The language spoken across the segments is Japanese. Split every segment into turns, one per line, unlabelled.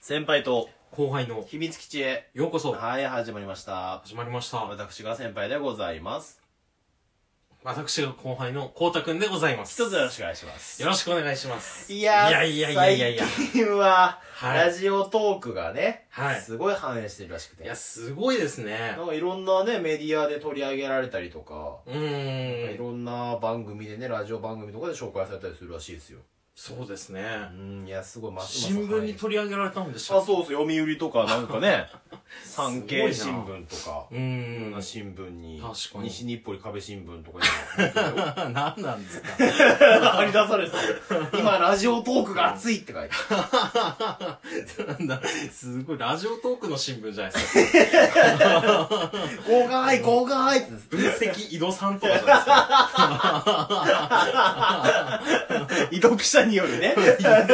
先輩と
後輩の
秘密基地へ
ようこそ
はい始まりました
始まりました
私が先輩でございます
私が後輩のこうたくんでございます
一つよろしくお願いします
よろしくお願いします
いやー
いやいやいやいやいや
最近は、
はい
ラジオトークがね、
はい
すごい反映してるらしくて
いやすごいですね
なんかいろんなねメディアで取り上げられたりとか、
う
い
ーん
ろんな番組でねラジオ番組とかで紹介されたりするらしいですよ
そうです
う
ね
んいやすごいますます
新聞に
反映
取り上げられたんでし
あ
ょ
そうそう読売とかなんかね産経
す
新
ごいな
聞とか
う
いろん
ーん
な新聞に
確かに
西日暮里壁新聞とかに
何なんですか
貼り出されてた今ラジオトークが熱いって書いてあ
なんだ すごいラジオトークの新聞じゃないです
る
か
交換愛交換愛って
分析井戸さんとかじゃないですか
移読者による ね
もう分析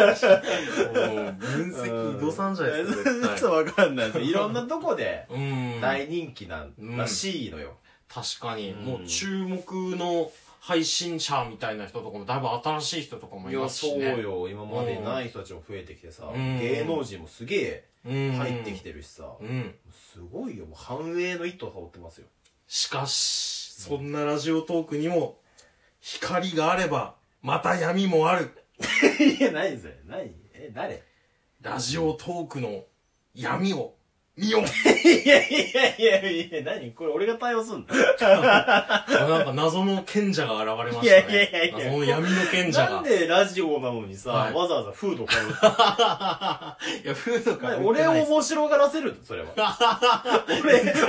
井戸さんじゃないですか絶
ちょ
対
っと分かんないですいろんなとこで
うーん
大人気なんらしいのよ
確かに、
ん
もう注目の配信者みたいな人とかもだいぶ新しい人とかも
い
い
や
ますし
そう
ね
よ今までにない人たちも増えてきてさ
うん
芸能人もすげえ
入
入ってきてるしさ
うん
すごいよもう繁栄の一途を羽織ってますよ
しかしそんなラジオトークにも光があればまた闇もある
いや、ないですよ。ない。え、誰 い
ラジオトークの闇を見よう
やいやいやいや、何これ俺が対応すんの
なんか謎の賢者が現れま
い
し
や
た
いやいやいや
ね謎の闇の賢者
な
が
んでラジオなのにさ、
はい
わざわざフード買うの
いやフードか
俺を面白がらせるのそれは。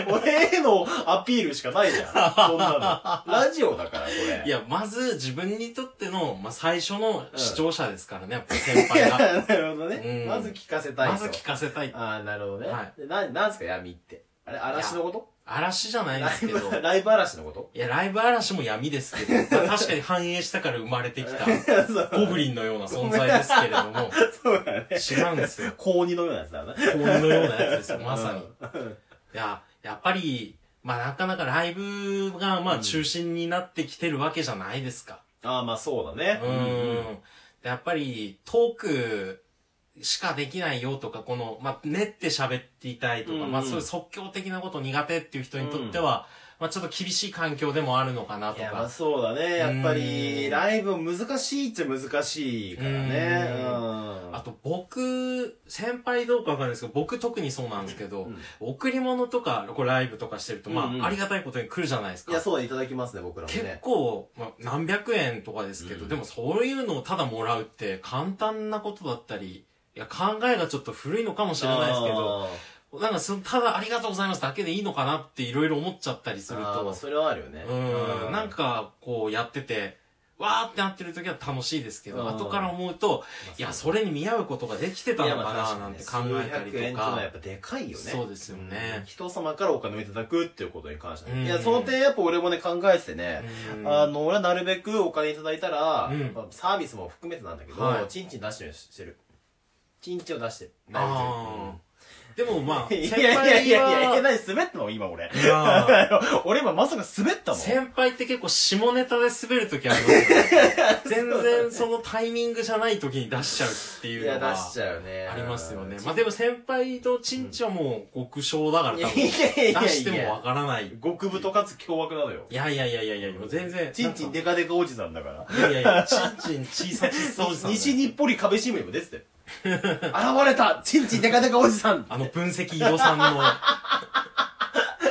俺、俺へのアピールしかないじゃん。そんなの。ラジオだから、これ。
いやまず自分にとっての、まあ、最初の視聴者ですからね、やっぱ先輩 が
なるほどね
う。ん
まず聞かせたいと。
まず聞かせたい
ああ、なるほどね。
は
でな、なんすか、闇って。あれ、嵐のこと
嵐じゃないで
ラ
す
イ
けど。
ブ、 ライブ嵐の こと
いや、ライブ嵐も闇ですけど、まあ確かに繁栄したから生まれてきた、ゴブリンのような存在ですけれど も、
そうだね。
違うんですよ。
高2のようなやつだな。
幸運のようなやつですよ、まさに。いや、やっぱり、まあなかなかライブが、まあ中心になってきてるわけじゃないですか。
ああ、まあそうだね。
うーん。でやっぱり、トークしかできないよとか、この、まあ、練って喋っていたいとか、
うんうん
まあ、そういう即興的なこと苦手っていう人にとっては、まあ、ちょっと厳しい環境でもあるのかないと
や、まあ
か。
そうだね。やっぱり、
うん
ライブ難しいっちゃ難しいからね。う
うん
ん。
あと僕、先輩どうかわかんないですけど、僕特にそうなんですけど、
うん
贈り物とか、こうライブとかしてると、まあ、
うんうん
ありがたいことに来るじゃないです
い
か。
や、そうだ、いただきますね、僕らも
結
ね。
構、まあ、何百円とかですけど、
うん
でもそういうのをただもらうって簡単なことだったり、いや、考えがちょっと古いのかもしれないですけど、
あー。
なんかその、ただありがとうございますだけでいいのかなっていろいろ思っちゃったりする
あーまあ
と、
それはあるよね。
うん、なん、かこうやってて、わーってなってる時は楽しいですけ
うん
ど、後から思うと、いや、それに見合うことができてた
い
の
やま
か
あ
な
確
な
か
ん
にね
て考えたり
数百円って
と
のはや
か
っ。ぱでかいよね。
そうですよね
うん人様からお金をいただくっていうことに関してはね。
うん
いや、その点やっぱ俺もね、考えててね。
うん
あの、俺はなるべくお金いただいたら
うん、
まあサービスも含めてなんだけ
は
ど、
い
チンチン出してるようにしてる。チンチンを出してる。
あーでもま あ、
い
先
や
輩
いやいやいや、え、
は、
何滑ったの今俺。
いや
俺今まさか滑ったの
先輩って結構下ネタで滑る時ありますよね。 全然そのタイミングじゃない時に出しちゃうって
い
いう
や、
のが
出しちゃうね。
ありますよね。
ち
まあでも先輩とチンチはもう極小だから
い
多
や
分、出
いやいやいや
してもわからない。い
極太かつ凶悪なのよ。
やいやいやいやいや、もう全然。
ちんちんデカデカおじさんだから。
いやいやいや、チンチン小さちっさおじさんだよ。
西日暮里壁新聞にも出てたよ。 現れたちんちんデカデカおじさん
あの分析井戸さんの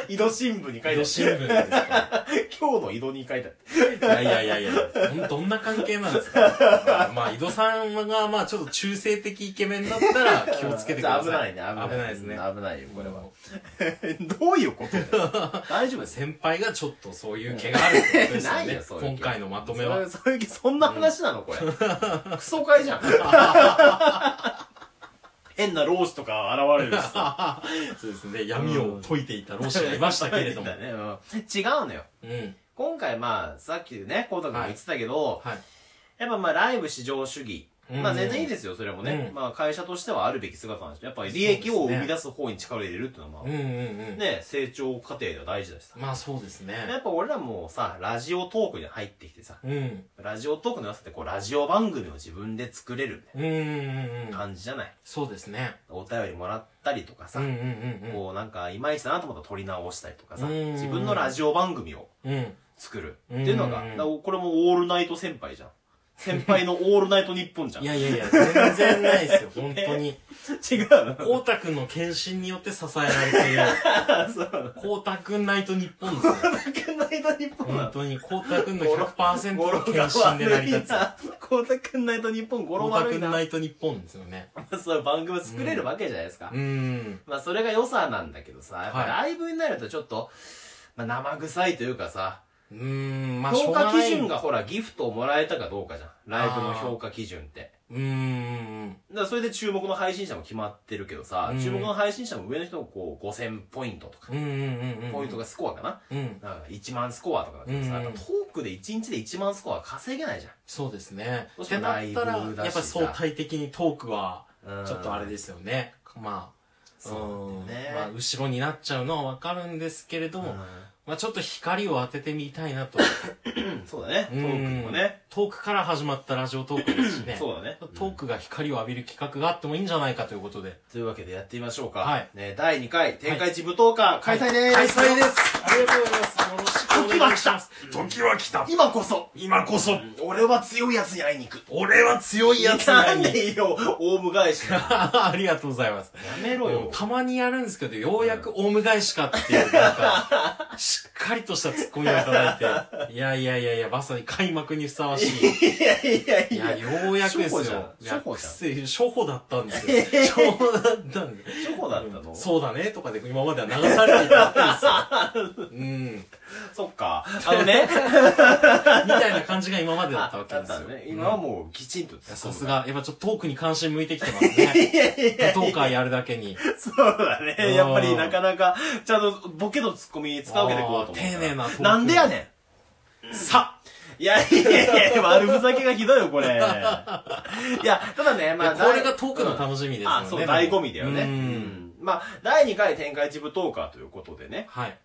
井戸新聞に書いてあ
井戸
っ
新聞ですか
た。今日の井戸に書いてあった。
ら。いやいやいやいや、ほんどんな関係なんですか。まあ井戸さんがまあちょっと中性的イケメンだったら気をつけてください。
危ないね、危ない。
危ないですね。
危ないよ、これ は。どういうことだ よ大丈夫です。
先輩がちょっとそういう毛があるってことですよ
ない
ね
よそういう毛
今回のまとめ
そ
は
うそういう、そんな話なのこれ。クソ会じ ゃん。変な老子とか現れるしさ。
そうですね闇を解いていた老師がいましたけれども
だ ねうん違うのよ。
うん
今回まあ、さっきね、コウタ君も言ってたけど、
はい
やっぱまあ、ライブ至上主義
うん
まあ全然いいですよ、それもね。
うん
まあ会社としてはあるべき姿なんですよ。やっぱり利益を生み出す方に力を入れるっていうのは、ま
うんうんう
あ、
ん。
ね、成長過程では大事だしさ。
まあそうですね。
やっぱ俺らもさ、ラジオトークに入ってきてさ、
うん。
ラジオトークの良さってこう、ラジオ番組を自分で作れるみたい
うんうんう。
なん感じじゃない。
そうですね。
お便りもらったりとか
う
さ
んう、んうん
こうなんか、いまいちだなと思ったら撮り直したりとかさ、
うん
自分のラジオ番組を
うん。うん。
作るっていうの
う
が、
ん
だからこれもオールナイト先輩じゃん。先輩のオールナイト日本じゃん。違
い やいやいや、全然ないですよ、本当に。
うの
光太くんの献身によって支えられている。
そう。
光太くんナイト日 本ですよ。
くんナイト日本な
本
の。
当に光太くんの
ゴロ
100%
語呂
の
が悪い
献身で成り立つ。
な。光太くんナイト日本語呂
光太
悪
く
い
ん
な。
ナイト日本ですよね。
そういう番組を作れるわけじゃないですか。
うん。
まあそれが良さなんだけどさ、やっぱ
はい
ライブになるとちょっと、まあ生臭いというかさ、
うーん、まあ、しょ
評
うが
価
な
基
い
準がほらギフトをもらえたかどうかじゃん。ライブの評価基準って。
うーん。
だからそれで注目の配信者も決まってるけどさ、
うん
注目の配信者も上の人もこう5000ポイントとか、
うんうんうんうん。
ポイントがスコアかな。
うん。
なんか1万スコアとかだけどさ、
うん
やっぱトークで1日で1万スコア稼げないじ
そうですね。
どう
っ
して
て
も
な
ラ
っ
イブ
たら、
だ
や
し
っ
さ
ぱり相対的にトークは、
ゃん。うん
ちょっとあれですよね。まあ、
そうなんだよね
うんまあ、後ろになっちゃうのはわかるんですけれど
う
も、
ん
まあ、ちょっと光を当ててみたいなと。
そうだね、ト
うん
ークにもね。
トークから始まったラジオトークですしね。
そうだね。
トークが光を浴びる企画があってもいいんじゃないかということで。
というわけでやってみましょうか。
はい
ね、第2回、天下一舞踏会、開催でーす、
開催ですありがとうございます。よろしくお願いします。時は来た
今こそ
今こそ
俺は強いやつに会いに行く。
俺は強いやつ
な
なんんで
でよ、オウム返し。や
ありがとうございます。
めろよ。
たまにやるんですけど、ようやくオウム返しかっていう、なんか、しっかりとしたツッコミをいただいて。いやいやいやいや、まさに開幕にふさわしい。
いやいやい
いや、
や。
ようやくですよ。
初歩じゃん
いや
初歩じゃん
くせえ初歩だったんです よ。初歩だったんで。
チョコだったのそ
そうだね、とかで今までは流されていたわけですよ。うん。
っか。あのね。
みたいな感じが今までだったわ
あ
け
だっ
です
た
よ
の。ね。今はもう、きちんと突っ込む
さす。が、やっぱちょっとトークに関心向いてきてます ね。舞踏会やるだけに。
そうだね。やっぱりなかなか、ちゃんとボケとツッコミ使うわけでこうと思うから。
あー丁寧なトーク
なんでやね
さ
ん。いやいやいや、悪ふざけがひどいよ、これ。いや、ただね、
あ、いや
まあ、
これがトークの楽しみですよね。
あ、そう、醍醐味だよね。
う。
うんんまあ、第2回展開一部トーカーということでね。
はい。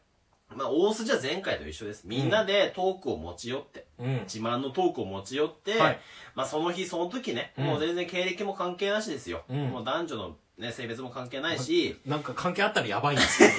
まあ、大筋は前回と一緒です。みんなでトークを持ち寄って、
うん。
自慢のトークを持ち寄って、
はい
まあ、その日その時ね、
うん
もう全然経歴も関係なしですよ。
うん
もう男女のね、性別も関係ないし、
なんか関係あったらやばいんですよ、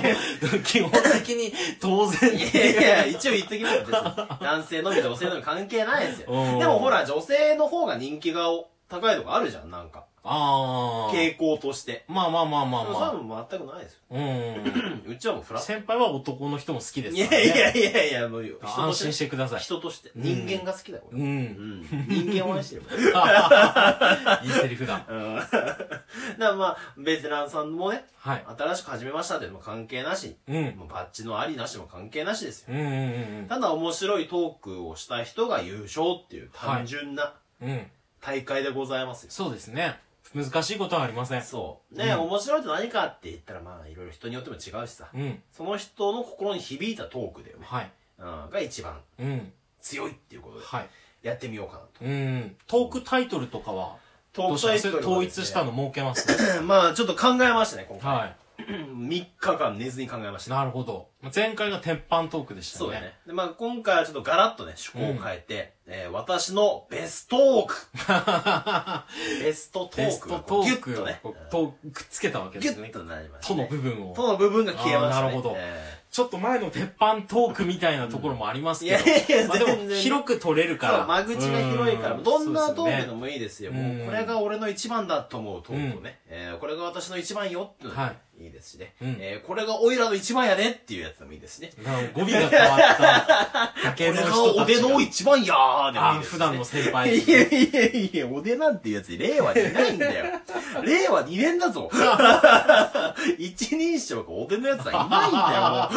ね。基本的に当然
いやいや、一応言っときますよ、別に。男性のみ女性のみ関係ないですよ。
うん
でもほら、女性の方が人気が高いとかあるじゃん、なんか。
ああ。
傾向として。
まあまあまあまあ
でも
ま
そう
あ。
いうの全くないですよ。
うん。
うんうちはもうフラット。
先輩は男の人も好きです
い
から、
や
ね。
いやいやいや、もう人と
安
して
心してください。
人として。
ん
人間が好きだよ、
う。
俺。うんん。人間を愛してる。うん。
いいセリフ
だ
だ。
からまあ、ベテランさんもね、
はい。
新しく始めましたっていうのも関係なし、
うん。うん
もうバッチのありなしも関係なしですよ。
うんうん
ただ面白いトークをした人が優勝っていう単純な
うん。うん。
大会でございますよ。
そうですね。難しいことはありません。
そう。ね、
うん
面白いって何かって言ったらまあ、いろいろ人によっても違うしさ、
うん。
その人の心に響いたトークだよね。
はい。
うん、が一番
うん。
強いっていうことで、
はい。
やってみようかなと。
うん。トークタイトルとかは、
ト
どうします
タイトルは
統
ですね
一したの設けますね。
まあ、ちょっと考えましたね、今回。
は
3日間寝ずに考えまし
い。
た。
なるほど。まあ前回が鉄板トークでしたね。
そうだね。で、まあ、今回はちょっとガラッとね、趣向を変えて、えー私のベストトー クベストト
テ
ー
ス
ク
ト
が
ト
こうギュ
ー
ッ
ク
と
を
ね、
こうとくっつけたわけで
ギュ
す
ッ
ね。
となりました、
との
ね。
部分を。
との部分が消えました、ね。
あーなるほど
え
ちょっと前の鉄板トークみたいなところもありますけど
うんいやいやいや、
まあで
全
も
然
広く取れる
ー
か
そう、
ら。
間口が広いから、
うん
どんなト
そう
ークで
ですよね
もいいですよ。
うん
もう、これが俺の一番だと思うトークをね、えーこれが私の一番よっていうのもいいですしね。
うん
えーこれがオイラの一番やねっていうやつでもいいですしね。
なんか語尾が変わっただ
こ
け
れ
の
が
人
お
たち
で
が
の。一番やーでもい
あ
い
ー
ですし
普
ね
段の先
い
輩。
やいやいや、おでなんていうやつ、令和にいないんだ よ。令和2年だぞ。 一人称がおでのやつはいないんだよ、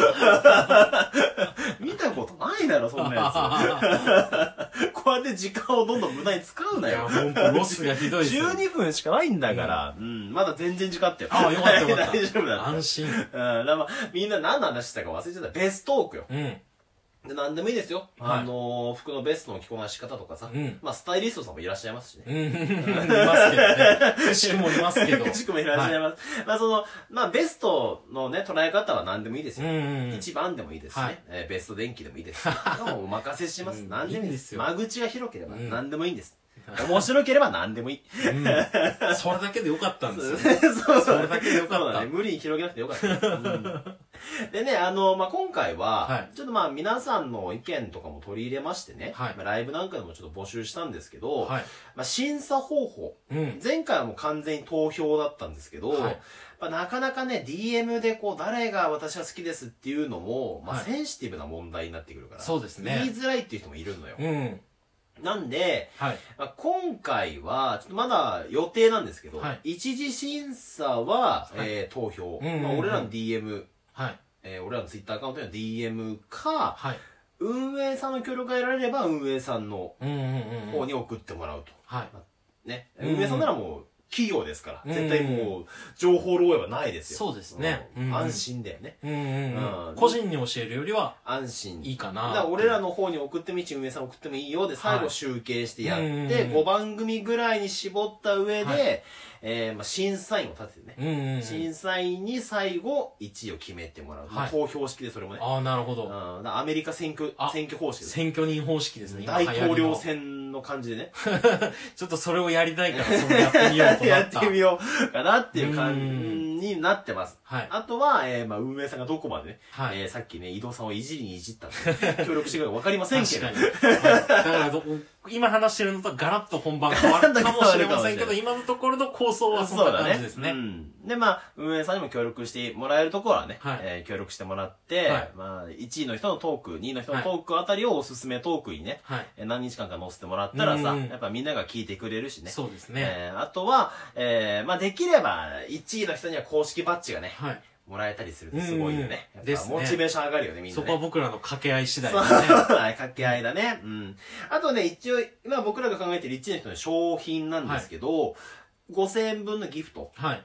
もう。見たことないだろ、そんなや つ。こうやって時間をどんどん無駄に使う
い
な
や、
よ。
ほんとロスがひどいですよ。
12分しかないんだから、うん、まだ全然時間あったよ。
ああ、よかったよかった。
大丈夫だった。
安心。
うん、だからまあみんな何の話したか忘れちゃった。ベストトークよ。
うん。
で何でもいいですよ。
はい
あのー服のベストの着こなし方とかさ。
うん
まあ、スタイリストさんもいらっしゃいますしね。
うん、 いますけど ね。くしくもいますけど。
くしくもいらっしゃいます。まあ、その、まあ、ベストのね、捉え方は何でもいいです
うん
よ。
うんうん。
一番でもいいですしね、
はい
えーベスト電気でもいいですしもうお任せします、
うん
何でもいい
いいん
で
ですすよ
間口が広ければ
うん
何でもいいんです、面白ければ何でもいい
うんそれだけでよかったんです
そう
よ。
そう
それだけでよかった
そうだね無理に広げなくてよかった、うんでねあの、まあ、今回は、
はい
ちょっとまあ皆さんの意見とかも取り入れましてね、
はい
まあライブなんかでもちょっと募集したんですけど、
はい。
まあ、審査方法
うん。
前回はもう完全に投票だったんですけど、
はい
まあ、なかなかね、DM でこう、誰が私は好きですっていうのも、まあ、
はい
センシティブな問題になってくるから、
そうです
言い
ね。
づらいっていう人もいるのよ。
うん。
なんで、
はい。
まあ、今回は、ちょっとまだ予定なんですけど、
はい
一次審査は、
はい
えー投票、
うんうんうん
まあ、俺らの DM、
はい。
えー俺らの Twitter アカウントへの DM か、
はい。
運営さんの協力が得られれば、運営さんの
うんうんうんう
方
ん。
に送ってもらうと。
はい。
ね。
うん
運営さんならもう、企業ですから、
うん
絶対もう、情報漏洩はないですよ。
そうですね
うん
うん
安心だよね。
うんうん
う
うんん。個人に教えるよりは
安心。
いいか
だ
な。
から俺らの方に送ってもいいし、運営さん送ってもいいよで、最
は
後
い
集計してやっ
うんうん
て、
うん
5番組ぐらいに絞った上
は
で、えーまあ審査員を立ててね。
うんうんうん。
審査員に最後、1位を決めてもらう。まあ
はい
投票式でそれもね。
ああ、なるほ
うんだ
ど。
からアメリカ選挙
あ、
選挙方式です。
選挙人方式ですね。今
大
流行
統
りの
領選の感じでね。
ちょっとそれをやりたいから、それやってみようとな
や
っ。
ったてみようかなっていう感じ
うん
になってます。
はい。
あとは、えー、まあ、運営さんがどこまでね、
はい
えーさっきね、井戸さんをいじりにいじったって、協力してくれるか分かりませんけ
確
ど
か、に。だからど、今話してるのとガラッと本番変わるかもしれま せんけど、今のところの構想はそん
そうだ
な感
ね。
じですね
う。ん。で、まあ、運営さんにも協力してもらえるところはね、
はい
えー協力してもらって、
はい
まあ、1位の人のトーク、2位の人のトークあたりをおすすめトークにね、
はい。
えー何日間か載せてもらったらさ、
うん
やっぱみんなが聞いてくれるしね。
そうですね。
えーあとは、えーまあ、できれば、1位の人には公式バッジがね、
はい。
もらえたりするとすごいよね。
うん
やっぱ
ですね
モチベーション上がるよね、みんな、ね。
そこは僕らの掛け合い次第
そう、
ですね。
はい 掛け合いだね。うん。あとね、一応、今僕らが考えてる1位の人の商品なんですけど、5000円分のギフト
はい。